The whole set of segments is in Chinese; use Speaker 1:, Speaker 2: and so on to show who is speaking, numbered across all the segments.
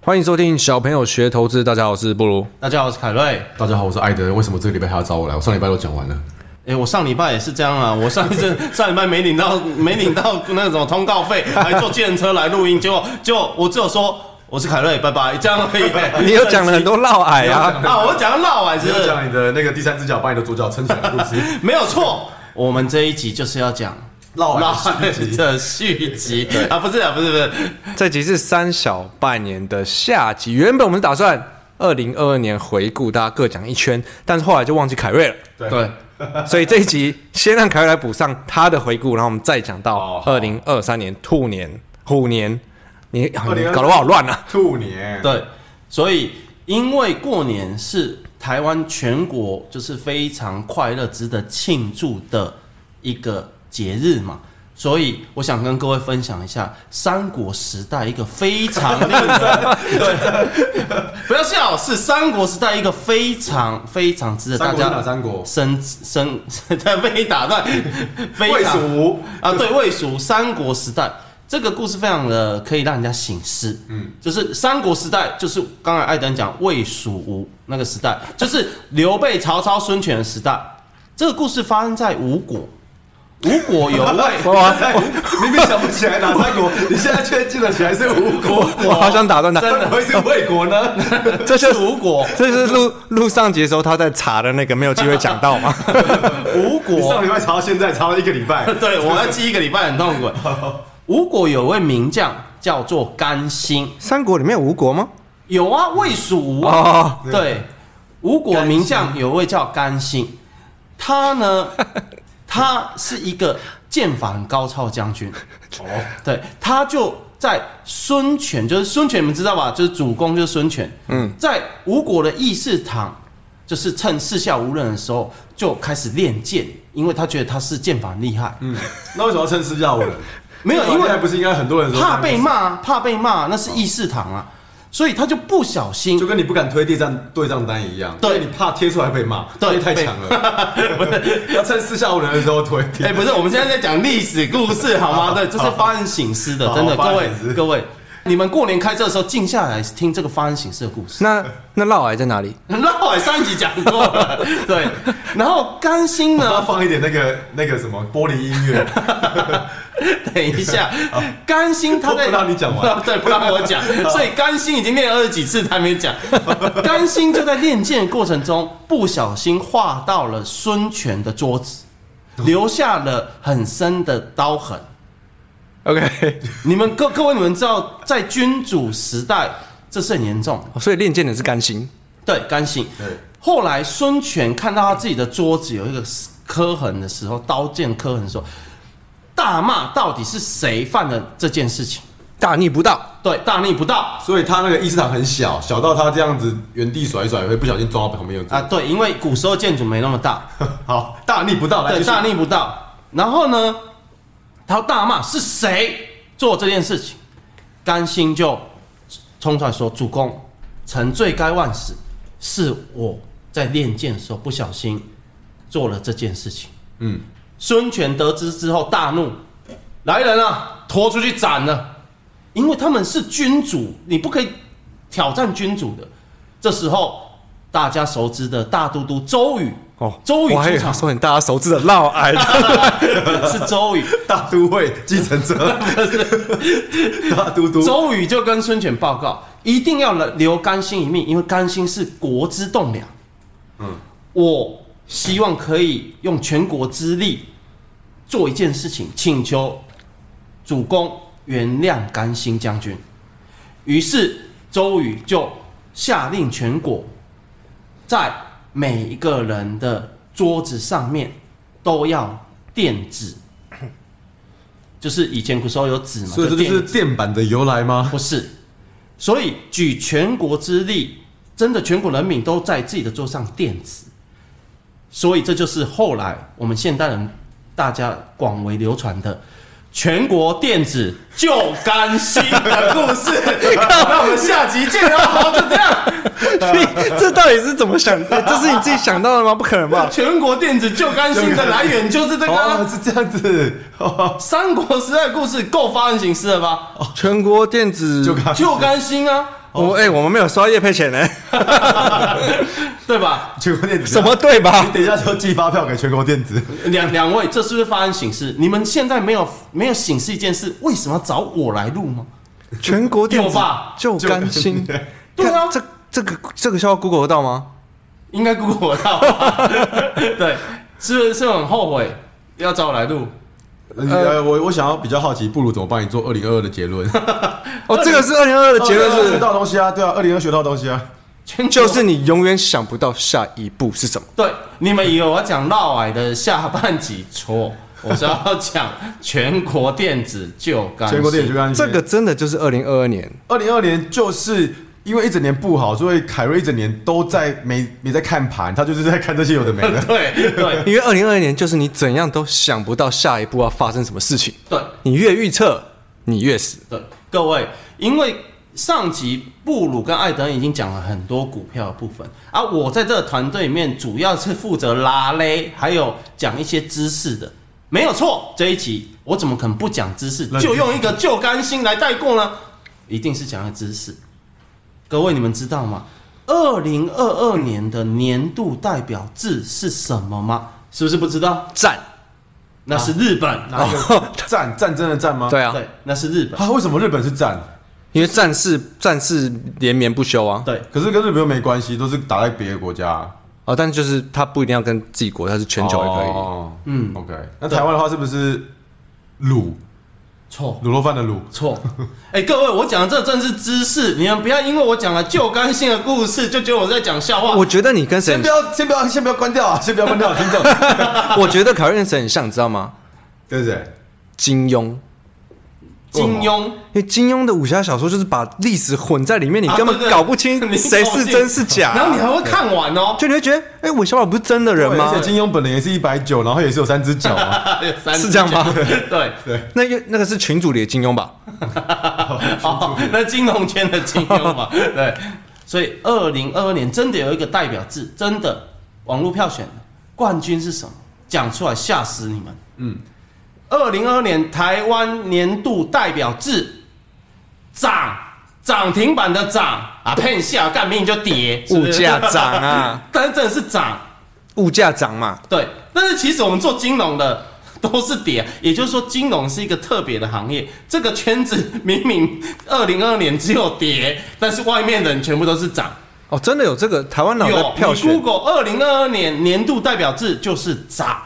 Speaker 1: 欢迎收听小朋友学投资，大家好，我是布鲁。
Speaker 2: 大家好，我是凯瑞。哎、
Speaker 3: 大家好，我是艾德。为什么这个礼拜还要找我来？我上礼拜都讲完了。
Speaker 2: 我上礼拜也是这样啊，我上一次 上礼拜没领到没领到那个什么通告费，还坐计程车来录音，结果结果我只有说我是凯瑞，拜拜，这样而已。
Speaker 1: 你又讲了很 多绕矮啊，
Speaker 2: 啊，我讲到烂尾是
Speaker 3: 你
Speaker 2: 不
Speaker 3: 要
Speaker 2: 是
Speaker 3: 讲你的那个第三只脚把你的左脚撑起来的故 事，
Speaker 2: 没有错。我们这一集就是要讲
Speaker 1: 哦
Speaker 3: 绕
Speaker 2: 老
Speaker 3: 来续集。
Speaker 2: 的续集啊，不是啊，不是不是，
Speaker 1: 这集是三小半年的下集。原本我们打算二零二二年回顾，大家各讲一圈，但是后来就忘记凯瑞 了，
Speaker 3: 对
Speaker 2: 对，
Speaker 1: 所以这一集先让凯瑞来补上他的回顾，然后我们再讲到
Speaker 3: 好好
Speaker 1: 二零二三年兔年虎年，你你
Speaker 3: 2023
Speaker 1: 搞得我好乱啊！
Speaker 3: 兔年，
Speaker 2: 对，所以因为过年是台湾全国就是非常快乐、值得庆祝的一个节日嘛，所以我想跟各位分享一下三国时代一个非常令 人对，不要笑，是三国时代一个非常非常值得大
Speaker 3: 三国是
Speaker 2: 家
Speaker 3: 哪三国？
Speaker 2: 深深 在被你打断，非
Speaker 3: 魏
Speaker 2: 常
Speaker 3: 蜀。
Speaker 2: 啊，对，魏蜀三国时代这个故事非常的可以让人家醒思，嗯，就是三国时代，就是刚才艾登讲魏蜀吴那个时代，就是刘备、曹操、孙权的时代。这个故事发生在吴国，吴国有位
Speaker 1: 哇，
Speaker 3: 明明想不起来哪三国，你现在却记得起来是吴国，
Speaker 1: 我好想打断他，
Speaker 3: 怎么会是魏国 呢？
Speaker 1: 这 就是
Speaker 2: 吴国，
Speaker 1: 这就是录录上集的时候他在查的那个没有机会讲到 嘛。
Speaker 2: 吴
Speaker 3: 你
Speaker 2: 国。
Speaker 3: 上礼拜查到现在，查了一个礼拜
Speaker 2: 对，我要记一个礼拜很痛苦。吴国有位名将叫做甘心，
Speaker 1: 三国里面有吴国吗？
Speaker 2: 有啊，魏蜀吴啊，
Speaker 1: 哦，
Speaker 2: 对，吴国名将有位叫甘心，他呢， 他是一个剑法很高超的将军，
Speaker 3: 哦，
Speaker 2: 对，他就在孙权，就是孙权，你们知道吧？就是主公就是孙权，嗯，在吴国的议事堂，就是趁四下无人的时候就开始练剑，因为他觉得他是剑法很厉害，
Speaker 3: 嗯，那为什么要趁势要人？
Speaker 2: 没有，因为
Speaker 3: 还不是应该很多人说
Speaker 2: 怕被，骂啊，怕被骂啊，那是议事堂啊，所以他就不小心
Speaker 3: 就跟你不敢推对战对账单一样，
Speaker 2: 对
Speaker 3: 因为你怕贴出来被骂，
Speaker 2: 对
Speaker 3: 因为太强了。要趁四下无人的时候推。
Speaker 2: 哎、不是，我们现在在讲历史故事，好 吗？对，这是发人省思的，
Speaker 3: 好
Speaker 2: 真的，
Speaker 3: 发
Speaker 2: 各
Speaker 3: 人
Speaker 2: 位
Speaker 3: 省思
Speaker 2: 各位，你们过年开车的时候静下来听这个发人省思的故 事。
Speaker 1: 那那嫪毐在哪里？
Speaker 2: 那我上一集讲过了， 对。然后甘心
Speaker 3: 要
Speaker 2: 呢？
Speaker 3: 放一点那个那个什么玻璃音 乐，
Speaker 2: 等一下，甘心他在
Speaker 3: 不让你讲完
Speaker 2: 对，不让我 讲，所以甘心已经练了二十几次还没讲。甘心就在练剑的过程中不小心划到了孙权的桌子，
Speaker 3: 嗯
Speaker 2: 留下了很深的刀痕。
Speaker 1: OK，
Speaker 2: 你们各各位，你们知道，在君主时代，这是很严重的。
Speaker 1: 哦所以练剑的是甘心。
Speaker 2: 对，甘心。
Speaker 3: 对，
Speaker 2: 后来孙权看到他自己的桌子有一个刻痕的时候，刀剑刻痕的时候，大骂到底是谁犯了这件事情？
Speaker 1: 大逆不道，
Speaker 2: 对，大逆不道
Speaker 3: 所以他那个议事堂很小，小到他这样子原地甩一甩，会不小心撞到旁边的
Speaker 2: 啊！
Speaker 3: 桌。
Speaker 2: 对，因为古时候建筑没那么大，
Speaker 3: 好，大逆不道，来
Speaker 2: 对，
Speaker 3: 继续
Speaker 2: 大逆不道。然后呢，他大骂是谁做这件事情？甘心就冲出来说：“主公，臣罪该万死，是我在练剑的时候不小心做了这件事情。”
Speaker 3: 嗯，
Speaker 2: 孙权得知之后大怒，来人啊，拖出去斩了，因为他们是君主，你不可以挑战君主的。这时候，大家熟知的大都督周瑜，
Speaker 1: 哦，
Speaker 2: 周瑜
Speaker 1: 我还
Speaker 2: 出
Speaker 1: 有
Speaker 2: 场，
Speaker 1: 说你大家熟知的嫪毐，
Speaker 2: 是周瑜。
Speaker 3: 大都会继承者，大都督，
Speaker 2: 周瑜就跟孙权报告，一定要留甘心一命，因为甘心是国之栋梁。
Speaker 3: 嗯，
Speaker 2: 我希望可以用全国之力做一件事情，请求主公原谅甘心将军。于是周瑜就下令全国，在每一个人的桌子上面都要垫纸，就是以前古时候有纸嘛，
Speaker 3: 所以这就
Speaker 2: 垫
Speaker 3: 是电板的由来吗？
Speaker 2: 不是，所以举全国之力，真的全国人民都在自己的桌上垫纸，所以这就是后来我们现代人大家广为流传的。全国垫纸就甘心的故事，那我们下集见哦。好，就这样。
Speaker 1: 你这到底是怎么想的？这是你自己想到的吗？不可能吧？
Speaker 2: 全国垫纸就甘心的来源就是这个
Speaker 3: 哦，
Speaker 2: 啊
Speaker 3: 是这样子， 哦
Speaker 2: 三国时代的故事，够发人省思了吧？
Speaker 1: 哦全国电子
Speaker 3: 就看
Speaker 2: 就甘心啊！
Speaker 1: 我哎、我们没有收到叶配钱呢、
Speaker 2: 对吧？
Speaker 3: 全国电子
Speaker 1: 什么对吧
Speaker 3: 你？等一下就寄发票给全国电子，
Speaker 2: 两两位，这是不是发生形式？你们现在没有没有醒示一件事，为什么要找我来录吗？
Speaker 1: 全国电
Speaker 2: 有
Speaker 1: 子
Speaker 2: 吧
Speaker 1: 就
Speaker 3: 就
Speaker 1: 甘心。
Speaker 2: 对啊
Speaker 1: 看这这个这个需要 Google 得到吗？
Speaker 2: 应该 Google 得到吧， 对，是不是是不是很后悔要找我来录？
Speaker 3: 呃，我我想要比较好奇，布鲁怎么帮你做二零二二的结论？
Speaker 1: 哦，这个是二零二的结论
Speaker 3: 学
Speaker 1: 是，
Speaker 3: 到东西啊，对啊，二零二学到东西啊，
Speaker 2: 全国
Speaker 1: 就是你永远想不到下一步是什么。
Speaker 2: 对，你们以为我讲绕矮的下半集错，我是要讲全国电子就干
Speaker 3: 全国电子
Speaker 2: 干。
Speaker 3: 干
Speaker 1: 这个真的就是二零二二年，
Speaker 3: 二零二年就是因为一整年不好，所以凯瑞一整年都在没没在看盘，他就是在看这些有的没的。
Speaker 2: 对对
Speaker 1: 因为二零二二年就是你怎样都想不到下一步要发生什么事情，
Speaker 2: 对
Speaker 1: 你越预测你越死。
Speaker 2: 对，各位，因为上集布鲁跟艾德恩已经讲了很多股票的部分啊，我在这个团队里面主要是负责拉勒，还有讲一些知识的，没有错。这一集我怎么可能不讲知识？
Speaker 3: 那你
Speaker 2: 就用一个就甘心来带过呢？一定是讲的知识。各位，你们知道吗？二零二二年的年度代表字是什么吗？是不是不知道？
Speaker 1: 战，
Speaker 2: 那是日本，
Speaker 3: 哪有战战争的战吗？
Speaker 1: 对啊，
Speaker 2: 对，那是日本，
Speaker 3: 啊，为什么日本是战？
Speaker 1: 因为战事战事连绵不休啊。
Speaker 2: 对。
Speaker 3: 可是跟日本又没关系，都是打在别的国家啊、
Speaker 1: 哦，但就是它不一定要跟自己国，它是全球也可以。
Speaker 2: 哦
Speaker 3: 嗯，OK。那台湾的话是不是卤
Speaker 2: 错
Speaker 3: 卤肉饭的卤？
Speaker 2: 错， 哎、各位，我讲的这真是知识，你们不要因为我讲了旧干性的故事，就觉得我在讲笑话。
Speaker 1: 我觉得你跟谁
Speaker 3: 先
Speaker 1: 很
Speaker 3: 不要，先不要，先不要关掉啊！先不要关掉、听众。
Speaker 1: 我觉得考验神很像，你知道吗？
Speaker 3: 对不对？
Speaker 1: 金庸，
Speaker 2: 金庸
Speaker 1: 因为金庸的武侠小说就是把历史混在里面，哦你
Speaker 2: 啊
Speaker 1: 根
Speaker 2: 对
Speaker 1: 本
Speaker 2: 对
Speaker 1: 搞不清
Speaker 2: 你搞不清
Speaker 1: 谁是真是假。
Speaker 2: 然后你还会看完哦，
Speaker 1: 就你会觉得，哎、韦小宝不是真的人
Speaker 3: 对
Speaker 1: 吗
Speaker 3: 而且？金庸本人也是一百九，然后也是有三只脚啊。
Speaker 2: 三十
Speaker 1: 是这样吗
Speaker 2: 集 对，
Speaker 1: 那个那个是群主里的金庸吧？
Speaker 2: 哦， 那金融圈的金庸 嘛，对。所以二零二二年真的有一个代表字，真的网络票选的冠军是什么？讲出来吓死你们。嗯，二零二二年台湾年度代表字涨涨停板的涨啊，骗下干命就跌，是不
Speaker 1: 物
Speaker 2: 是
Speaker 1: 价涨啊，
Speaker 2: 但是真的是涨，
Speaker 1: 物价涨嘛，
Speaker 2: 对，但是其实我们做金融的都是跌，也就是说金融是一个特别的行业。这个圈子明明二零二年只有跌，但是外面的人全部都是涨。
Speaker 1: 哦，真的有这个台湾
Speaker 3: 哦
Speaker 1: 脑
Speaker 2: 有
Speaker 1: 袋票
Speaker 2: 你
Speaker 1: 选。
Speaker 2: Google 二零二二年年度代表字就是涨。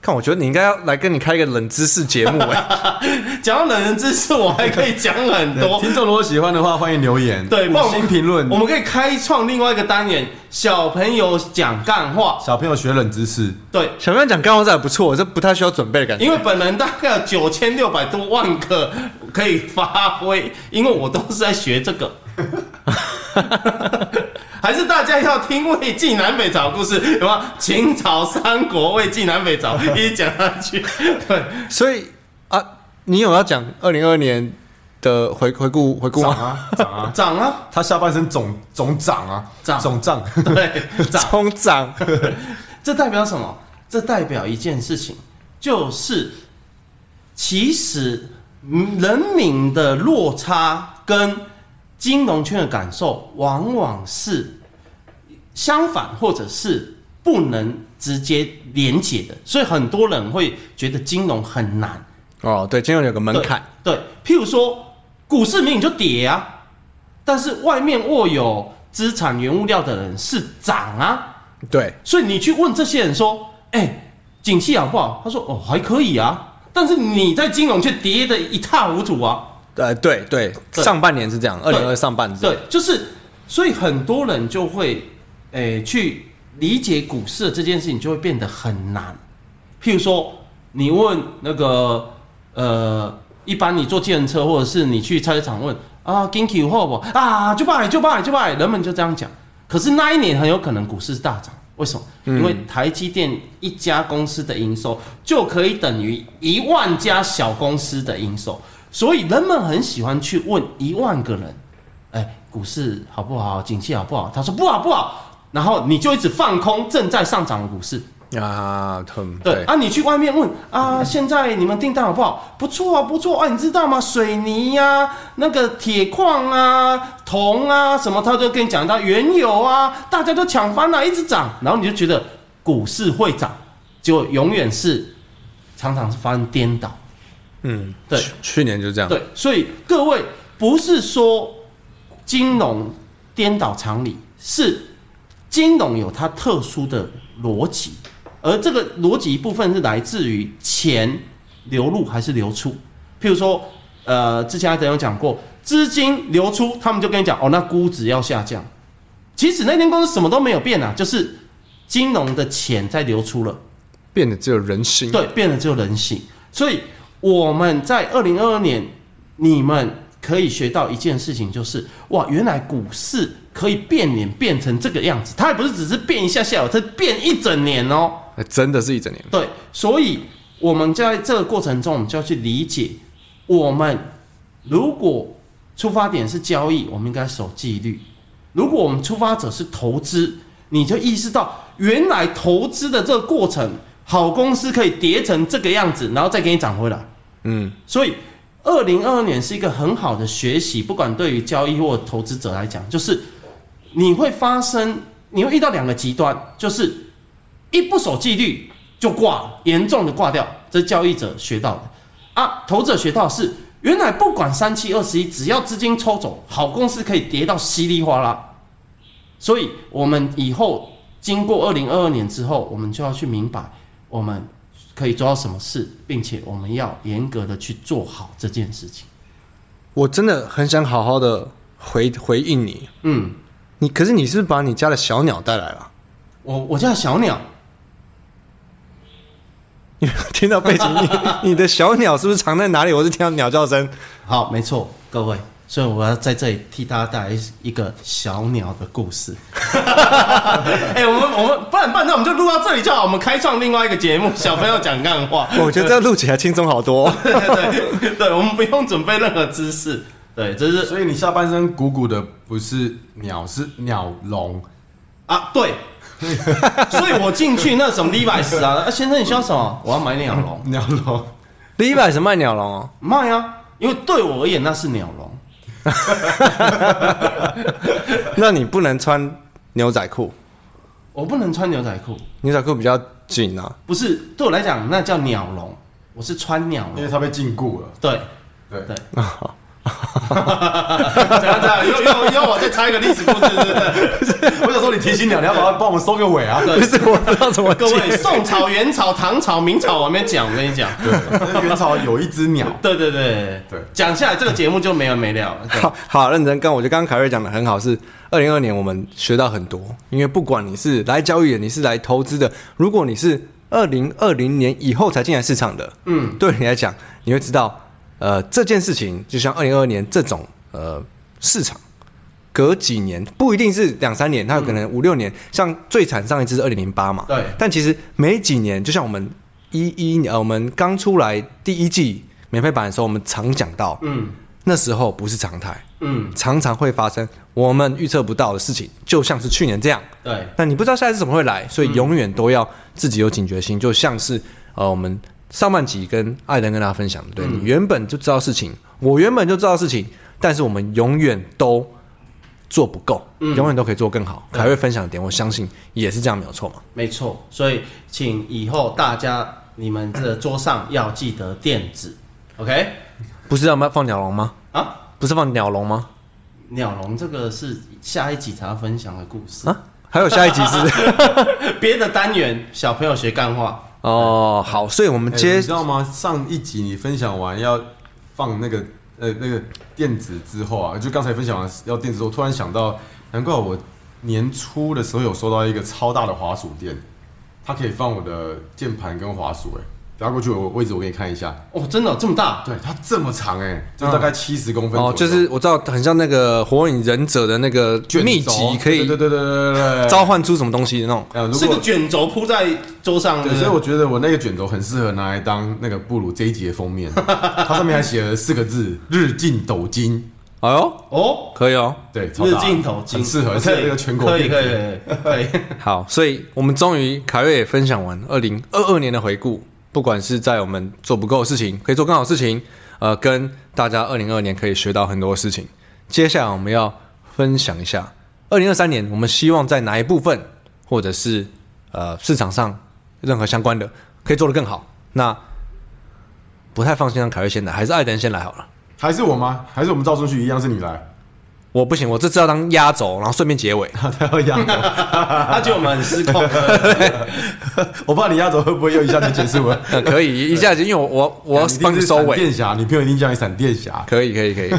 Speaker 1: 看，我觉得你应该要来跟你开一个冷知识节 目、哎，
Speaker 2: 讲到冷人知识，我还可以讲很
Speaker 3: 对
Speaker 2: 多。
Speaker 3: 听众如果喜欢的话，欢迎留言，
Speaker 2: 对，不然
Speaker 3: 五
Speaker 2: 我们
Speaker 3: 星评论
Speaker 2: 我。们可以开创另外一个单元，小朋友讲干话。
Speaker 3: 小朋友学冷知识，
Speaker 2: 对，
Speaker 1: 小朋友讲干货仔不错，这不太需要准备的感觉。
Speaker 2: 因为本人大概有九千六百多万个可以发挥，因为我都是在学这个。 还是大家要听魏晋南北朝故事，有吗？秦朝、三国、魏晋南北朝，一直讲下去。对，
Speaker 1: 所以啊，你有要讲二零二年的回回顾回顾
Speaker 3: 涨
Speaker 1: 吗？
Speaker 3: 啊涨啊！
Speaker 2: 涨啊，
Speaker 3: 他下半身总总涨啊，
Speaker 2: 涨
Speaker 3: 总涨。
Speaker 2: 对，涨，
Speaker 1: 冲涨，
Speaker 2: 这代表什么？这代表一件事情，就是其实嗯人民的落差跟金融圈的感受往往是相反，或者是不能直接连结的，所以很多人会觉得金融很难。
Speaker 1: 哦，对，金融有个门
Speaker 2: 对
Speaker 1: 槛，
Speaker 2: 对，譬如说股市明明就跌啊，但是外面握有资产原物料的人是涨啊，
Speaker 1: 对，
Speaker 2: 所以你去问这些人说：“哎、景气好不好？”他说：“哦，还可以啊。”但是你在金融却跌得一塌糊涂啊！
Speaker 1: 呃，对对，
Speaker 2: 对
Speaker 1: 上半年是这样，二
Speaker 2: 对
Speaker 1: 零二上半年是这样
Speaker 2: 对，就是，所以很多人就会，哎、去理解股市的这件事情就会变得很难。譬如说，你问那个，呃，一般你坐计程车或者是你去菜市场问啊 g i n k y 好不好啊，就拜就拜就拜，人们就这样讲。可是那一年很有可能股市大涨，为什么？因为台积电一家公司的营收就可以等于一万家小公司的营收，所以人们很喜欢去问一万个人，哎，股市啊好不好？景气好不好？他说不好不好，然后你就一直放空正在上涨的股市，
Speaker 1: 啊，很
Speaker 2: 对啊，你去外面问啊，现在你们订单好不好？不错啊，不错啊，你知道吗？水泥呀、那个铁矿啊、铜啊什么，他都跟你讲到原油啊，大家都抢翻了、一直涨，然后你就觉得股市会涨，结果永远是常常是发生颠倒。
Speaker 1: 嗯，
Speaker 2: 对
Speaker 1: 去去年就这样，
Speaker 2: 对，所以各位不是说金融颠倒常理，是金融有它特殊的逻辑，而这个逻辑一部分是来自于钱流入还是流出。譬如说，呃，之前阿德有讲过，资金流出，他们就跟你讲哦，那估值要下降。其实那间公司什么都没有变啊，就是金融的钱在流出了。
Speaker 1: 变得只有人心，
Speaker 2: 对，变得只有人性。所以我们在二零二二年，你们可以学到一件事情，就是哇，原来股市可以变脸变成这个样子，它也不是只是变一下下哦，它变一整年哦。
Speaker 1: 哎，真的是一整年，
Speaker 2: 对，所以我们在这个过程中，我们就要去理解，我们如果出发点是交易，我们应该守纪律；如果我们出发者是投资，你就意识到原来投资的这个过程，好公司可以跌成这个样子，然后再给你涨回来。
Speaker 1: 嗯，
Speaker 2: 所以，二零二二年是一个很好的学习，不管对于交易或投资者来讲，就是你会发生，你会遇到两个极端，就是一不守纪律就挂了，严重的挂掉，这是交易者学到的啊。投资者学到的是，原来不管三七二十一，只要资金抽走，好公司可以跌到稀里哗啦。所以，我们以后经过二零二二年之后，我们就要去明白，我们可以做到什么事，并且我们要严格的去做好这件事情。
Speaker 1: 我真的很想好好的回回应你，
Speaker 2: 嗯，
Speaker 1: 你可是你是不是把你家的小鸟带来了，
Speaker 2: 我我叫小鸟，
Speaker 1: 你有 听到背景音，你的小鸟是不是藏在哪里？我是听到鸟叫声，
Speaker 2: 好，没错，各位，所以我要在这里替大家带来一个小鸟的故事。 哎、我们我们不然不然，那我们就录到这里就好，我们开创另外一个节 目，小朋友讲干 话。
Speaker 1: 我觉得这样录起来轻松好 多。
Speaker 2: 对对对，对我们不用准备任何知识。对，这是
Speaker 3: 所以你下半身鼓鼓的不是鸟，是鸟笼。
Speaker 2: 啊， 对。所以我进去那什么 Levi's 啊，啊先生你需要什么？我要买鸟笼，
Speaker 3: 鸟笼，
Speaker 1: 李百是卖鸟笼哦，
Speaker 2: 卖啊！因为对我而言那是鸟笼，
Speaker 1: 那你不能穿牛仔裤，
Speaker 2: 我不能穿牛仔裤，
Speaker 1: 牛仔裤比较紧啊。
Speaker 2: 不是对我来讲那叫鸟笼，我是穿鸟
Speaker 3: 因
Speaker 2: 笼
Speaker 3: 为，它被禁锢了。
Speaker 2: 对。
Speaker 3: 对
Speaker 2: 对，怎样怎样？又又又，我再插一个历史故事，是不是？
Speaker 3: 我想说你提醒鸟，你要把它帮我们收个尾 啊。
Speaker 1: 不是，我不知道怎么
Speaker 2: 各位，
Speaker 1: 接。
Speaker 2: 宋朝、元朝、唐朝、明朝，我还没讲，我跟你讲。
Speaker 3: 对，元朝有一只鸟，
Speaker 2: 对对对
Speaker 3: 对
Speaker 2: 讲下来这个节目就没完没了了。对
Speaker 1: 好好认真干，我觉得刚刚凯瑞讲的很好，是二零二年我们学到很多，因为不管你是来交易的，你是来投资的，如果你是二零二零年以后才进来市场的，嗯，对你来讲，你会知道，呃，这件事情就像二零二二年这种呃市场，隔几年不一定是两三年，它有可能五六年，像最惨上一次是二零零八嘛，
Speaker 2: 嗯对
Speaker 1: 但其实没几年，就像我们一一呃我们刚出来第一季免费版的时候，我们常讲到，
Speaker 2: 嗯
Speaker 1: 那时候不是常态，
Speaker 2: 嗯，
Speaker 1: 常常会发生我们预测不到的事情，就像是去年这样。
Speaker 2: 对
Speaker 1: 那你不知道下一次怎么会来，所以永远都要自己有警觉心，就像是呃我们上半集跟艾登跟大家分享的，对、你原本就知道事情，我原本就知道事情，但是我们永远都做不够，永远都可以做更好。凯瑞分享的点，我相信也是这样，没有错嘛。
Speaker 2: 没错。所以，请以后大家你们这个桌上要记得垫子，OK？
Speaker 1: 不是要我们要放鸟笼吗？
Speaker 2: 啊，
Speaker 1: 不是放鸟笼吗？
Speaker 2: 鸟笼这个是下一集才要分享的故事，
Speaker 1: 啊，还有下一集是 不是
Speaker 2: 别的单元小朋友学干话。
Speaker 1: 哦，好，所以我们
Speaker 3: 哎
Speaker 1: 接
Speaker 3: 你知道吗？上一集你分享完要放那个呃那个电子之后啊，就刚才分享完要电子之后，突然想到，难怪我年初的时候有收到一个超大的滑鼠垫，它可以放我的键盘跟滑鼠、哎，等下过去我位置我给你看一下。
Speaker 2: 哦，真的、哦、这么大？
Speaker 3: 对，它这么长哎、就大概七十公分
Speaker 1: 嗯哦，
Speaker 3: 左
Speaker 1: 就
Speaker 3: 右
Speaker 1: 是我知道，很像那个《火影忍者》的那个
Speaker 3: 卷
Speaker 1: 秘
Speaker 3: 轴
Speaker 1: 籍，可以
Speaker 3: 对对对对对对对。
Speaker 1: 召唤出什么东西的那种。
Speaker 3: 呃，如
Speaker 2: 是
Speaker 3: 果
Speaker 2: 个卷轴铺在桌上，对
Speaker 3: 对，
Speaker 2: 不
Speaker 3: 所以
Speaker 2: 对
Speaker 3: 我觉得我那个卷轴很适合拿来当那个布鲁这一集的封面，它上面还写了四个字“日进斗金
Speaker 1: 哎呦，
Speaker 2: 哦，
Speaker 1: 可以哦。
Speaker 3: 对，超
Speaker 2: 日
Speaker 3: 大
Speaker 2: 镜头镜
Speaker 3: 很适合
Speaker 2: 可以
Speaker 3: 在这个全国
Speaker 2: 可以
Speaker 3: 电子
Speaker 2: 可以可以 可以。
Speaker 1: 好，所以我们终于凯瑞也分享完二零二二年的回顾，不管是在我们做不够的事情，可以做更好的事情，呃，跟大家二零二年可以学到很多事情。接下来我们要分享一下二零二三年，我们希望在哪一部分，或者是呃市场上任何相关的，可以做得更好。那不太放心让凯瑞先来，还是艾登先来好了。
Speaker 3: 还是我吗？还是我们照顺序一样是你来？
Speaker 1: 我不行，我这次要当压轴，然后顺便结尾。
Speaker 3: 他要压轴，
Speaker 2: 他觉得我们很失控，
Speaker 3: 我怕你压轴会不会又一下就结束了？
Speaker 1: 呃、可以一下子，因为我我我要
Speaker 3: 你一定
Speaker 1: 帮你
Speaker 3: 是
Speaker 1: 收
Speaker 3: 闪
Speaker 1: 尾。
Speaker 3: 电侠，你朋友一定叫你闪电侠。
Speaker 1: 可以可以可以，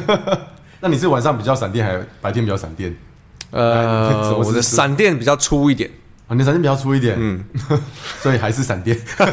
Speaker 3: 那你是晚上比较闪电，还是白天比较闪电？哎你什
Speaker 1: 呃，
Speaker 3: 么是
Speaker 1: 我的
Speaker 3: 是
Speaker 1: 闪电比较粗一点，
Speaker 3: 啊，你的闪电比较粗一点，嗯， 所以还是闪电，很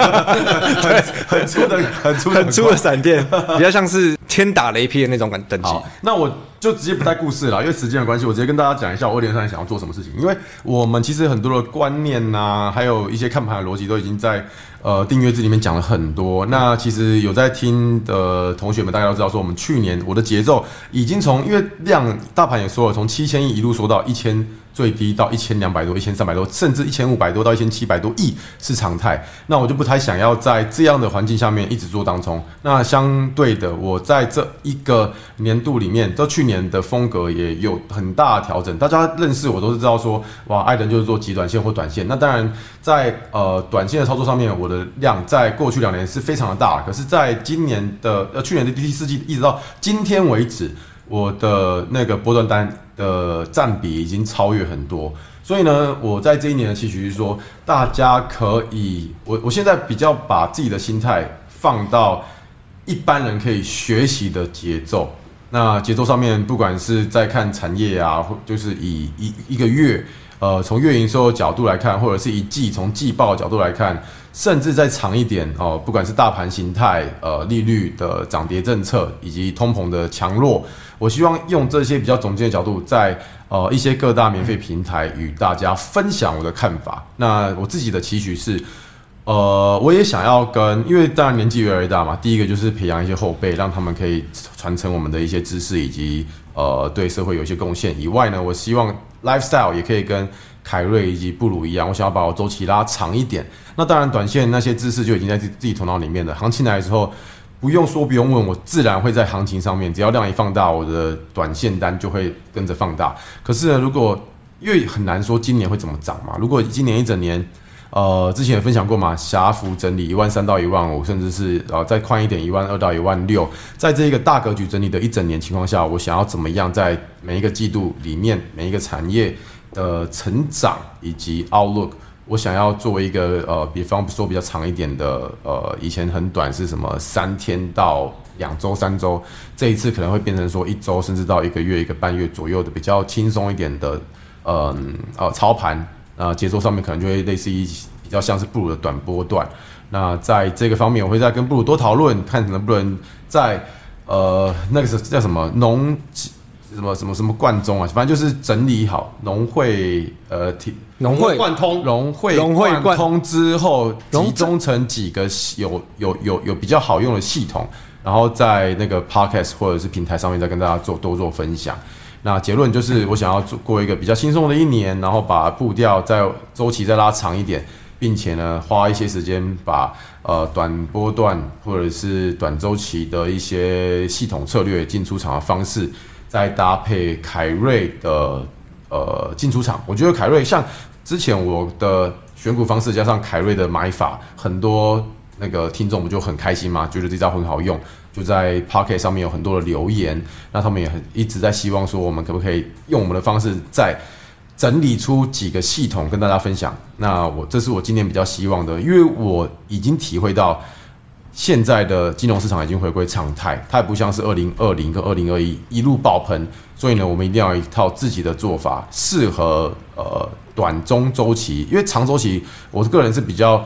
Speaker 3: 很粗的，很 粗的，
Speaker 1: 很粗的闪电，比较像是天打雷劈的那种感等级。
Speaker 3: 好，那我就直接不带故事了，因为时间的关系，我直接跟大家讲一下我二点三想要做什么事情。因为我们其实很多的观念呐、还有一些看盘的逻辑都已经在呃订阅制里面讲了很多。那其实有在听的同学们大家都知道，说我们去年我的节奏已经从因为量大盘也说了，从七千亿一路说到一千。最低到一千两百多、一千三百多，甚至一千五百多到一千七百多亿是常态。那我就不太想要在这样的环境下面一直做当冲。那相对的，我在这一个年度里面，到去年的风格也有很大的调整。大家认识我都是知道说，哇，艾伦就是做极短线或短线。那当然在，呃短线的操作上面，我的量在过去两年是非常的大，可是在今年的呃去年的第四季一直到今天为止。我的那个波段单的占比已经超越很多，所以呢，我在这一年的期许是说，大家可以，我我现在比较把自己的心态放到一般人可以学习的节奏。那节奏上面，不管是在看产业啊，或就是以一一个月，呃，从月营收的角度来看，或者是一季从季报的角度来看，甚至再长一点哦、不管是大盘形态、呃利率的涨跌政策以及通膨的强弱，我希望用这些比较总结的角度在，呃一些各大免费平台与大家分享我的看法。那我自己的期许是，呃，我也想要跟，因为当然年纪越来越大嘛，第一个就是培养一些后辈，让他们可以传承我们的一些知识以及呃对社会有一些贡献。以外呢，我希望 lifestyle 也可以跟凯瑞以及布鲁一样，我想要把我周期拉长一点。那当然，短线那些知识就已经在自自己头脑里面了。行情来的时候，不用说不用问，我自然会在行情上面，只要量一放大，我的短线单就会跟着放大。可是呢，如果因为很难说今年会怎么涨嘛，如果今年一整年。呃，之前也分享过嘛，狭幅整理一万三到一万五，甚至是呃再宽一点一万二到一万六，在这个大格局整理的一整年情况下，我想要怎么样在每一个季度里面每一个产业的成长以及 outlook，我想要作为一个呃，比方说比较长一点的呃，以前很短是什么三天到两周、三周，这一次可能会变成说一周甚至到一个月、一个半月左右的比较轻松一点的嗯呃操盘，呃节奏上面可能就会类似于比较像是布鲁的短波段。那在这个方面，我会再跟布鲁多讨论，看能不能在呃那个是叫什么农什么什么什么冠中啊，反正就是整理好农会呃体
Speaker 1: 农会
Speaker 2: 贯通
Speaker 3: 融会
Speaker 1: 融会
Speaker 3: 贯
Speaker 1: 贯
Speaker 3: 通之后，
Speaker 1: 融
Speaker 3: 集中成几个系有有有有比较好用的系统，然后在那个 podcast 或者是平台上面再跟大家做多做分享。那结论就是，我想要做过一个比较轻松的一年，然后把步调再周期再拉长一点，并且呢，花一些时间把呃短波段或者是短周期的一些系统策略进出场的方式，再搭配凯瑞的呃进出场。我觉得凯瑞像之前我的选股方式加上凯瑞的买法，很多那个听众不就很开心吗？觉得这招很好用，就在 Pocket 上面有很多的留言，那他们也很一直在希望说，我们可不可以用我们的方式在。整理出几个系统跟大家分享，那我这是我今年比较希望的，因为我已经体会到现在的金融市场已经回归常态，它也不像是二零二零跟二零二一一路爆喷，所以呢，我们一定要有一套自己的做法，适合呃短中周期，因为长周期我个人是比较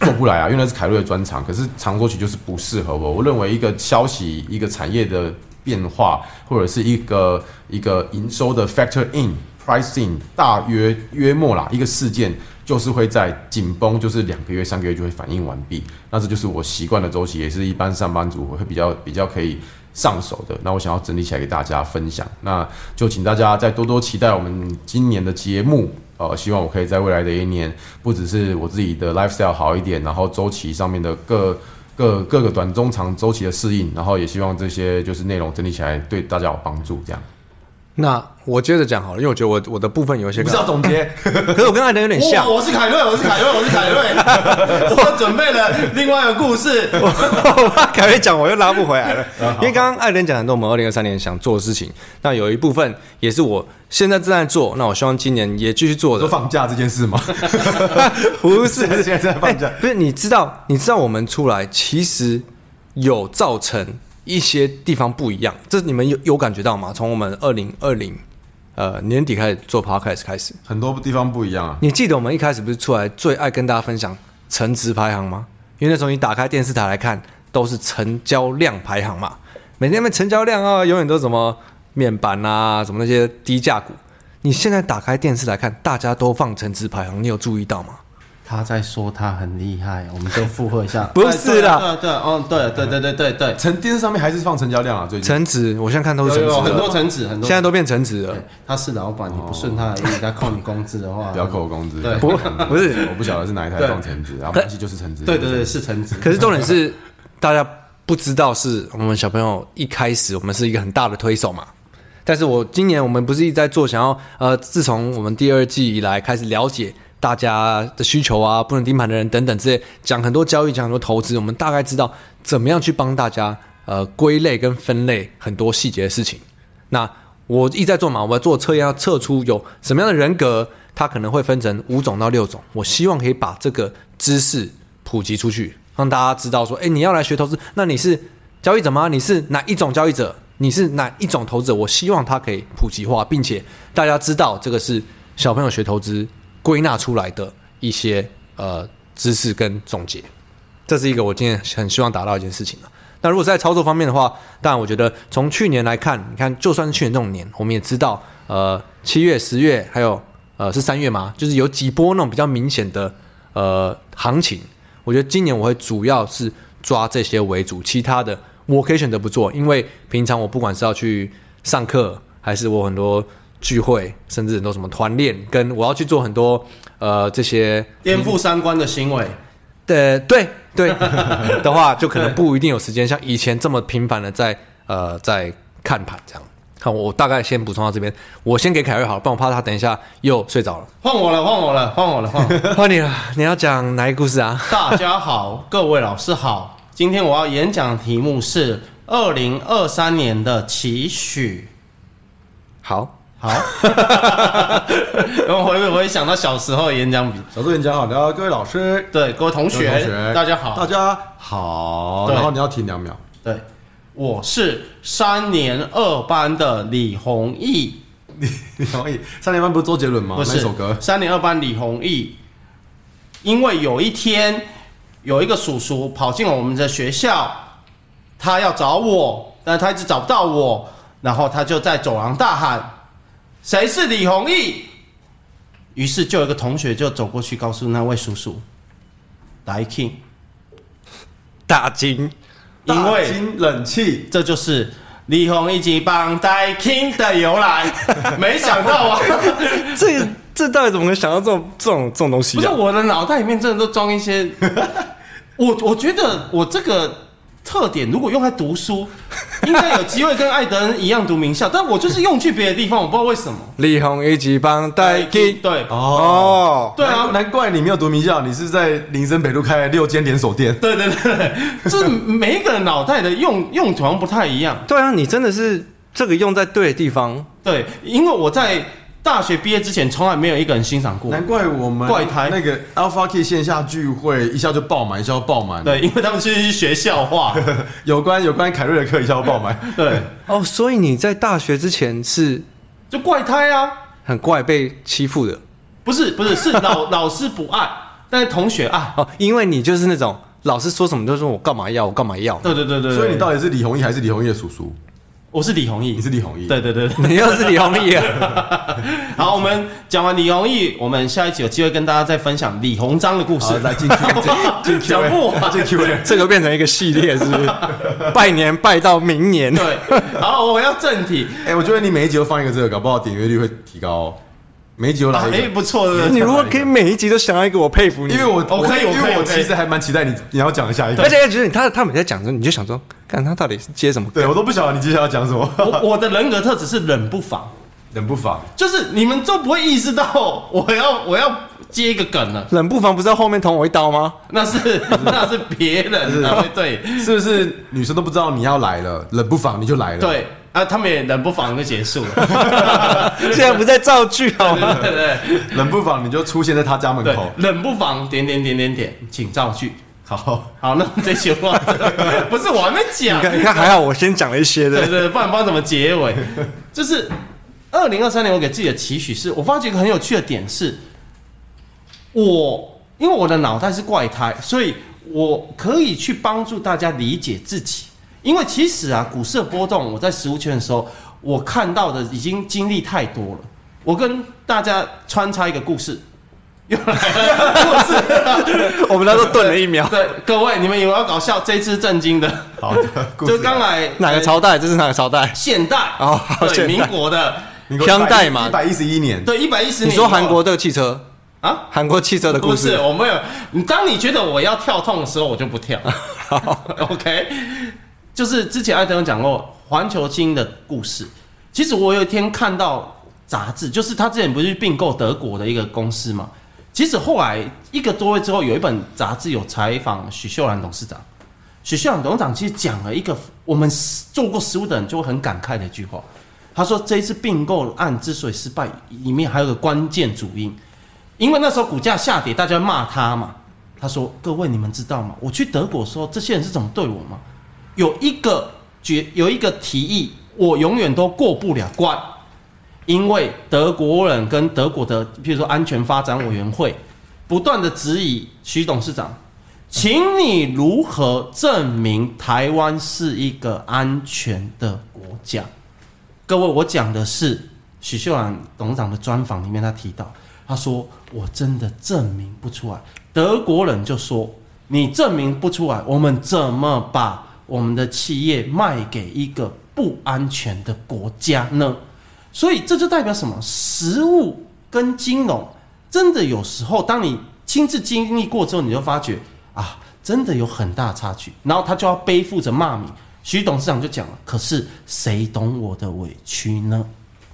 Speaker 3: 做不来啊，因为那是凯瑞的专长，可是长周期就是不适合我。我认为一个消息、一个产业的变化，或者是一个一个营收的 factor in pricing，大约约莫啦一个事件。就是会在紧绷，就是两个月、三个月就会反应完毕。那这就是我习惯的周期，也是一般上班族会比较比较可以上手的，那我想要整理起来给大家分享。那就请大家再多多期待我们今年的节目。呃，希望我可以在未来的一年，不只是我自己的 lifestyle 好一点，然后周期上面的各各各个短中长周期的适应，然后也希望这些就是内容整理起来对大家有帮助。这样，
Speaker 1: 那我接着讲好了，因为我觉得我我的部分有一些
Speaker 3: 不
Speaker 1: 跟
Speaker 3: 是，要总结。
Speaker 1: 可是我跟艾登有点像
Speaker 2: 我，我是凯瑞，我是凯瑞，我是凯 瑞，我准备了另外一个故事。
Speaker 1: 我怕凯瑞讲我又拉不回 来了，因为刚刚艾伦讲很多我们二零二三年想做的事情，那有一部分也是我现在正在做，那我希望今年也继续做
Speaker 3: 我说
Speaker 1: 的。
Speaker 3: 放假这件 事吗？
Speaker 1: 不是，
Speaker 3: 还是现在在放假
Speaker 1: 哎不是，你知道，你知道我们出来其实有造成一些地方不一样，这你们有有感觉到吗？从我们二零二零呃年底开始做 podcast 开始，
Speaker 3: 很多地方不一样啊。
Speaker 1: 你记得我们一开始不是出来最爱跟大家分享成值排行吗？因为那时候你打开电视台来看，都是成交量排行嘛，每天那边成交量啊，永远都什么面板啊，什么那些低价股。你现在打开电视来看，大家都放成值排行，你有注意到吗？
Speaker 2: 他在说他很厉害，我们就附和一 下。
Speaker 1: 不是啦
Speaker 2: 对对，对哦，对对对对对对，
Speaker 3: 成电视上面还 是放成交量啊，最近。
Speaker 1: 成值，我现在看都是成
Speaker 2: 有
Speaker 1: 值
Speaker 2: 有很
Speaker 1: 了，
Speaker 2: 多橙子，很多
Speaker 1: 现在都变成值了
Speaker 2: 对。他是老板，你不顺他的意，他扣你工资的话，
Speaker 3: 哦不要扣我工资，
Speaker 2: 对
Speaker 3: 不要扣我工资
Speaker 1: 不是
Speaker 3: 我不晓得是哪一台
Speaker 2: 对
Speaker 3: 放橙子，然后关系就是橙子。
Speaker 2: 对对对，是橙子。
Speaker 1: 可是重点是，大家不知道是我们小朋友一开始我们是一个很大的推手嘛。但是我今年我们不是一直在做，想要呃，自从我们第二季以来开始了解大家的需求啊，不能盯盘的人等等之类，讲很多交易，讲很多投资，我们大概知道怎么样去帮大家呃归类跟分类很多细节的事情。那我一直在做嘛，我要做测验，要测出有什么样的人格，它可能会分成五种到六种。我希望可以把这个知识普及出去，让大家知道说，哎、你要来学投资，那你是交易者吗？你是哪一种交易者？你是哪一种投资者？我希望它可以普及化，并且大家知道这个是小朋友学投资归纳出来的一些呃知识跟总结。这是一个我今天很希望达到的一件事情啊。那如果是在操作方面的话，当然我觉得从去年来看，你看就算是去年这种年，我们也知道，呃，七月、十月还有呃是三月嘛，就是有几波那种比较明显的呃行情。我觉得今年我会主要是抓这些为主，其他的我可以选择不做，因为平常我不管是要去上课，还是我很多聚会，甚至很多什么团练，跟我要去做很多呃这些
Speaker 2: 颠覆三观的行为，
Speaker 1: 呃，对 对的话，就可能不一定有时间像以前这么频繁的在呃在看盘这样。好，我大概先补充到这边，我先给凯瑞好了，不然我怕他等一下又睡 着了。
Speaker 2: 换我了，换我了，换我了，换我 了。
Speaker 1: 换你了，你要讲哪一个故事啊？
Speaker 2: 大家好，各位老师好，今天我要演讲的题目是二零二三年的期许。
Speaker 1: 好，
Speaker 2: 好，然后我也我也想到小时候的演讲比，
Speaker 3: 小助演讲好，然后各位老师、
Speaker 2: 对各位同
Speaker 3: 同
Speaker 2: 学，
Speaker 3: 学，
Speaker 2: 大家好，
Speaker 3: 大家好。
Speaker 2: 对
Speaker 3: 然后你要停两秒，
Speaker 2: 对，我是三年二班的李弘毅，
Speaker 3: 你同意？三连班不是周杰伦吗？
Speaker 2: 不是
Speaker 3: 啊那首歌
Speaker 2: 三年二班李弘毅，因为有一天有一个叔叔跑进了我们的学校，他要找我，但他一直找不到我，然后他就在走廊大喊：“谁是李弘毅？”于是就有一个同学就走过去告诉那位叔叔来 king，
Speaker 1: 大金，
Speaker 2: 因
Speaker 3: 大
Speaker 2: 为
Speaker 3: 金冷气，
Speaker 2: 这就是李弘毅及帮带 king 的由来。没想到啊，
Speaker 1: 这个这到底怎么能想到这种这种这种东西
Speaker 2: 不是
Speaker 1: 啊？
Speaker 2: 我的脑袋里面真的都装一些，我我觉得我这个特点如果用在读书，应该有机会跟艾德恩一样读名校，但我就是用去别的地方，我不知道为什么。
Speaker 1: 李红一级帮带金，
Speaker 2: 对
Speaker 3: 哦，
Speaker 1: 哦，
Speaker 2: 对啊
Speaker 3: 难难怪你没有读名校，你是在林森北路开了六间连锁店。
Speaker 2: 对对对对，这每一个人脑袋的用用途好像不太一样。
Speaker 1: 对啊，你真的是这个用在对的地方，
Speaker 2: 对，因为我在大学毕业之前，从来没有一个人欣赏过。
Speaker 3: 难怪我们
Speaker 2: 怪胎
Speaker 3: 那个 Alpha Key 线下聚会一下就爆满，一下就爆满。，
Speaker 2: 对，因为他们是学校话。
Speaker 3: 有关有关凯瑞的课一下就爆满。
Speaker 2: 对，
Speaker 1: 哦，所以你在大学之前是
Speaker 2: 就怪胎啊。
Speaker 1: 很怪被欺负的
Speaker 2: 不是不是，是老老师不爱，但是同学 爱。
Speaker 1: 哦，因为你就是那种老师说什么就说我干嘛要我干嘛要，
Speaker 2: 对对对对，对
Speaker 3: 所以你到底是李弘毅还是李弘毅的叔叔？
Speaker 2: 我是李弘毅
Speaker 3: 你，是李弘毅，
Speaker 2: 对对对 对。
Speaker 1: 你又是李弘毅了，
Speaker 2: 好，我们讲完李弘毅，我们下一集有机会跟大家再分享李鸿章的故
Speaker 3: 好，
Speaker 2: 事。
Speaker 3: 来进 Q 进进 Q
Speaker 2: 讲不完
Speaker 3: 进 Q 了。
Speaker 1: 这个变成一个系列，是不是？拜年拜到明 年，
Speaker 2: 对，好，我要正题。
Speaker 3: 哎，我觉得你每一集都放一个这个，搞不好点阅率会提高哦。每一集都
Speaker 2: 啊
Speaker 3: 来一
Speaker 2: 哎、
Speaker 3: 个，
Speaker 2: 不错的，
Speaker 1: 你如果可以每一集都想到一个，我佩服你。
Speaker 3: 因为我
Speaker 2: 我可以我
Speaker 3: 因
Speaker 2: 可以
Speaker 3: 为我
Speaker 2: 我可以
Speaker 3: 其实还蛮期待你你要讲下一
Speaker 1: 而
Speaker 3: 个，
Speaker 1: 且就是他他每在讲的时候，你就想说，看他到底是接什么？
Speaker 3: 对我都不晓得你接下来要讲什么，
Speaker 2: 我我的人格特质是冷不防，
Speaker 3: 冷不防。
Speaker 2: 就是你们都不会意识到我要 我要接一个梗了，
Speaker 1: 冷不防不是要后面捅我一刀吗？
Speaker 2: 那是 那是别人啊，对
Speaker 3: 是不是女生都不知道你要来了，冷不防你就来了？，
Speaker 2: 对啊，他们也冷不防就结束了，
Speaker 1: 现在不在造句好吗？
Speaker 2: 对对
Speaker 3: 冷不防你就出现在她家门
Speaker 2: 对
Speaker 3: 口。，
Speaker 2: 冷不防点点点点点，请造句。
Speaker 3: 好，
Speaker 2: 好，那我们这句话 不是我还没讲
Speaker 1: 你， 看，你看，还好我先讲了一些
Speaker 2: 对
Speaker 1: 的，
Speaker 2: 对，不然不知道怎么结尾。就是二零二三年，我给自己的期许是，我发觉一个很有趣的点是，我因为我的脑袋是怪胎，所以我可以去帮助大家理解自己。因为其实啊，股市的波动，我在实物圈的时候，我看到的已经经历太多了。我跟大家穿插一个故事，又来了故事。
Speaker 1: 我们那时候顿了一 秒。
Speaker 2: 对，各位，你们以为要搞笑，这一次震惊的，
Speaker 3: 好的， 故事啊
Speaker 2: 就刚来
Speaker 1: 啊哪个朝代？这是哪个朝 代？
Speaker 2: 现代
Speaker 1: 哦好
Speaker 2: 对，
Speaker 1: 现代
Speaker 2: 民国的，
Speaker 1: 香代嘛
Speaker 3: 一百一十一年，
Speaker 2: 对，一百一十
Speaker 1: 你
Speaker 2: 年。
Speaker 1: 说韩国的汽车，
Speaker 2: 啊？
Speaker 1: 韩国汽车的故
Speaker 2: 不是，
Speaker 1: 事，
Speaker 2: 我没有。你当你觉得我要跳痛的时候，我就不跳。OK，就是之前艾德有讲过环球金的故事。其实我有一天看到杂志，就是他之前不是去并购德国的一个公司嘛？其实后来一个多月之后，有一本杂志有采访许秀兰董事长。许秀兰董事长其实讲了一个我们做过实务的人就会很感慨的一句话，他说这一次并购案之所以失败，里面还有个关键主因，因为那时候股价下跌，大家骂他嘛。他说：“各位，你们知道吗？我去德国的时候，这些人是怎么对我吗？有一个决，有一个提议，我永远都过不了关，因为德国人跟德国的，譬如说安全发展委员会，不断的质疑徐董事长，请你如何证明台湾是一个安全的国家？各位，我讲的是许秀兰董事长的专访里面，他提到，他说我真的证明不出来。德国人就说你证明不出来，我们怎么把我们的企业卖给一个不安全的国家呢？所以这就代表什么？食物跟金融真的有时候，当你亲自经历过之后，你就发觉啊，真的有很大差距。然后他就要背负着骂名。徐董事长就讲了，可是谁懂我的委屈呢？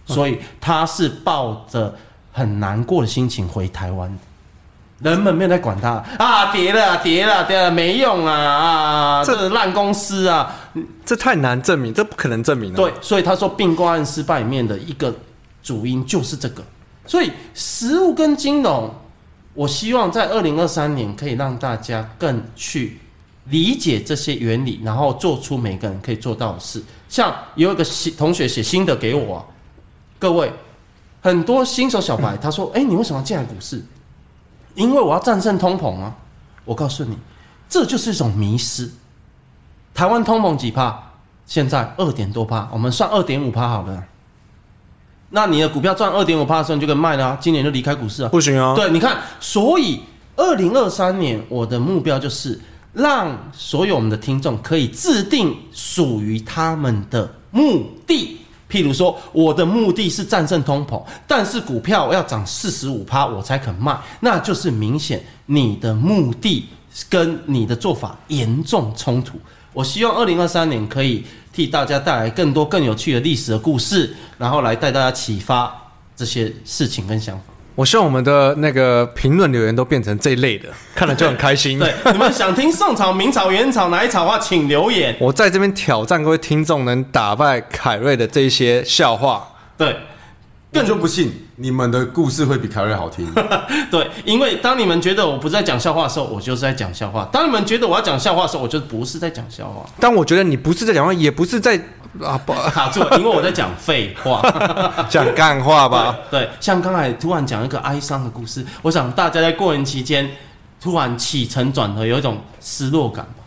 Speaker 2: 所以他是抱着很难过的心情回台湾的。人们没有在管他啊，跌了啊，跌了啊，跌了，没用啊啊，
Speaker 1: 这
Speaker 2: 这是烂公司啊，
Speaker 1: 这太难证明，这不可能证明啊。
Speaker 2: 对，所以他说并购案失败里面的一个主因就是这个。所以食物跟金融，我希望在二零二三年可以让大家更去理解这些原理，然后做出每个人可以做到的事。像有一个新同学写新的给我、啊，各位，很多新手小白他说：“哎、你为什么要进来股市？因为我要战胜通膨啊！”我告诉你，这就是一种迷失。台湾通膨几趴？现在二点多趴，我们算二点五趴好了。那你的股票赚二点五趴的时候，你就可以卖了、啊，今年就离开股市啊。
Speaker 1: 不行哦。
Speaker 2: 对，你看，所以二零二三年我的目标就是让所有我们的听众可以制定属于他们的目的。譬如说，我的目的是战胜通膨，但是股票要涨四十五趴我才肯卖，那就是明显你的目的跟你的做法严重冲突。我希望二零二三年可以替大家带来更多更有趣的历史的故事，然后来带大家启发这些事情跟想法。
Speaker 1: 我希望我们的那个评论留言都变成这一类的，看了就很开心。
Speaker 2: 对，你们想听宋朝、明朝、元朝哪一朝的话，请留言。
Speaker 1: 我在这边挑战各位听众，能打败凯瑞的这些笑话。
Speaker 2: 对
Speaker 3: 更就不信你们的故事会比凯瑞 好听。
Speaker 2: 对，因为当你们觉得我不是在讲笑话的时候，我就是在讲笑话；当你们觉得我要讲笑话的时候，我就不是在讲笑话。
Speaker 1: 但我觉得你不是在讲话，也不是在啊不
Speaker 2: 卡住了，因为我在讲废话。
Speaker 1: 讲干话 吧？
Speaker 2: 对，对像刚才突然讲一个哀伤的故事，我想大家在过年期间突然起承转合，有一种失落感吧。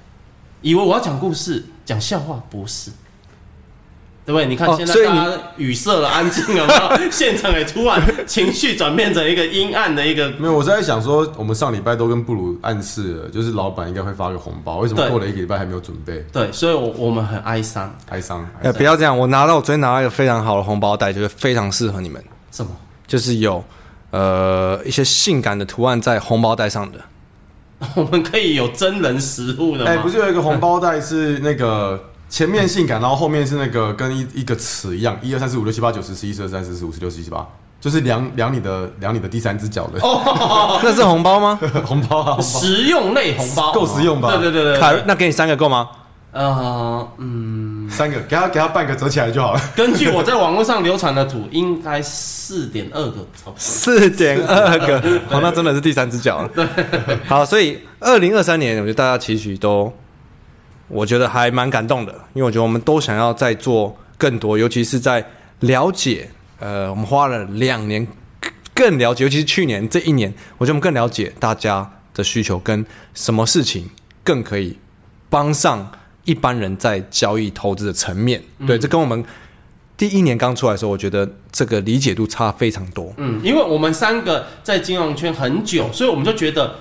Speaker 2: 以为我要讲故事、讲笑话，不是。对不对？你看
Speaker 1: 哦
Speaker 2: 现在
Speaker 1: 所以
Speaker 2: 大家语塞了，安静了嘛， 现场也突然情绪转变成一个阴暗的一个
Speaker 3: 没有，我在想说，我们上礼拜都跟布鲁暗示了，就是老板应该会发个红包，为什么
Speaker 2: 对
Speaker 3: 过了一个礼拜还没有准备？
Speaker 2: 对，所以我我们很哀伤。
Speaker 3: 哀伤。
Speaker 1: 哎、
Speaker 2: 呃
Speaker 1: 不要这样！我拿到我昨天拿到一个非常好的红包袋，觉得非常适合你们，
Speaker 2: 什么？
Speaker 1: 就是有呃一些性感的图案在红包袋上的。
Speaker 2: 我们可以有真人实物的吗？
Speaker 3: 哎、不是有一个红包袋是那个前面性感，然后后面是那个跟一一个尺一样，一二三四五六七八九十十一十二十三十四十五十六十七十八，就是量量你的量你的第三只脚的、
Speaker 1: 那是红包吗？
Speaker 3: 红包啊，红包
Speaker 2: 实用类红包，
Speaker 3: 够实用吧
Speaker 2: 对对对对
Speaker 1: 凯
Speaker 2: 对，
Speaker 1: 那给你三个够吗？
Speaker 2: 呃嗯，
Speaker 3: 三个，给他给他半个折起来就 好了。
Speaker 2: 根据我在网络上流传的图，应该四点二个，差不多。
Speaker 1: 四点二 个，好，哦那真的是第三只脚了。好，所以二零二三年，我觉得大家其实都，我觉得还蛮感动的，因为我觉得我们都想要再做更多，尤其是在了解，呃，我们花了两年更更了解，尤其是去年这一年，我觉得我们更了解大家的需求跟什么事情更可以帮上一般人在交易投资的层面。对，这跟我们。第一年刚出来的时候，我觉得这个理解度差非常多。
Speaker 2: 嗯，因为我们三个在金融圈很久，所以我们就觉得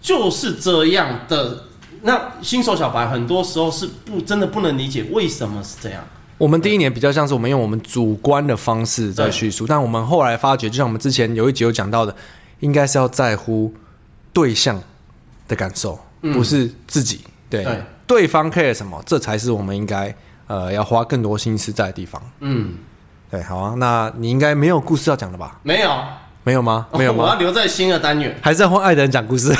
Speaker 2: 就是这样的。那新手小白很多时候是不真的不能理解为什么是这样。
Speaker 1: 我们第一年比较像是我们用我们主观的方式在叙述，但我们后来发觉，就像我们之前有一集有讲到的，应该是要在乎对象的感受，不是自己。对，
Speaker 2: 嗯对
Speaker 1: 对方 care 什么，这才是我们应该呃要花更多心思在的地方。
Speaker 2: 嗯，
Speaker 1: 对，好啊，那你应该没有故事要讲了吧？
Speaker 2: 没有，
Speaker 1: 没有吗？没有
Speaker 2: 哦我啊要
Speaker 1: 吗？
Speaker 2: 留在新的单元。
Speaker 1: 还是要换爱的人讲故 事。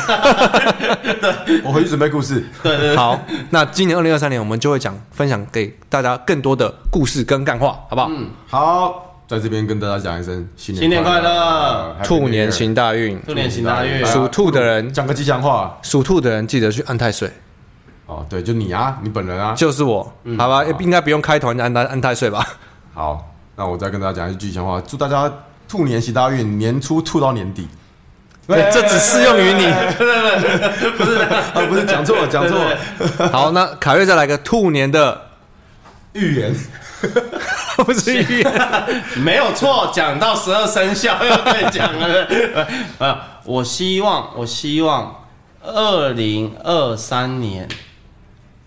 Speaker 3: 我回去准备故事。
Speaker 2: 对对对，
Speaker 1: 好，那今年二零二三年我们就会讲分享给大家更多的故事跟干话，好不好？
Speaker 2: 嗯
Speaker 3: 好，在这边跟大家讲一声新年
Speaker 2: 新年快乐
Speaker 3: 乐呃
Speaker 1: 兔年，行大运，
Speaker 2: 兔年行大运
Speaker 3: Happy New Year
Speaker 1: 属兔的人
Speaker 3: 讲个吉祥话。
Speaker 1: 属兔的人记得去按太岁，
Speaker 3: 哦，对，就你啊，你本人啊。
Speaker 1: 就是我，嗯好吧，应该不用开头你按太按太岁吧？
Speaker 3: 好，那我再跟大家讲一句吉祥话，祝大家兔年行大运，年初兔到年 底。
Speaker 1: 对，这只适用于你。
Speaker 3: 啊，不是讲错了，讲错了，
Speaker 1: 好，那凯瑞再来个兔年的，
Speaker 3: 预言。
Speaker 1: 不是预言，
Speaker 2: 没有错，讲到十二生肖又可以讲了。呃，我希望，我希望二零二三年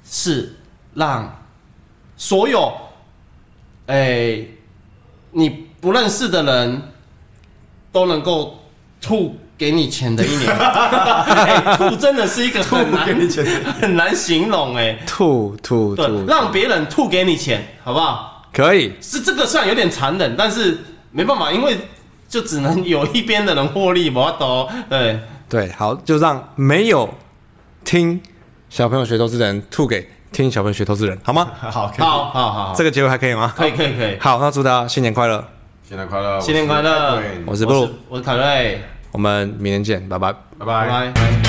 Speaker 2: 是让所有，哎、你不认识的人都能够吐给你钱的一 年。哎吐真的是一个很
Speaker 3: 给你
Speaker 2: 难
Speaker 3: 钱，
Speaker 2: 很难形容哎、
Speaker 1: 兔兔
Speaker 2: 对，
Speaker 1: 兔，
Speaker 2: 让别人吐给你钱，好不好？
Speaker 1: 可以，
Speaker 2: 是这个算有点残忍，但是没办法，因为就只能有一边的人获利，我懂。对，
Speaker 1: 对，好，就让没有听小朋友学投资的人吐给听小朋友学投资人，好吗？
Speaker 3: 好，可以
Speaker 2: 好好好，
Speaker 1: 这个结尾还可以吗？
Speaker 2: 可以可以可以。
Speaker 1: 好，那祝大家新年快乐，
Speaker 3: 新年快乐，
Speaker 2: 新年快乐
Speaker 3: 我是
Speaker 1: 我是布鲁，
Speaker 2: 我是凯瑞，
Speaker 1: 我们明年见，拜拜。
Speaker 3: 拜
Speaker 2: 拜
Speaker 3: 拜。
Speaker 2: 拜。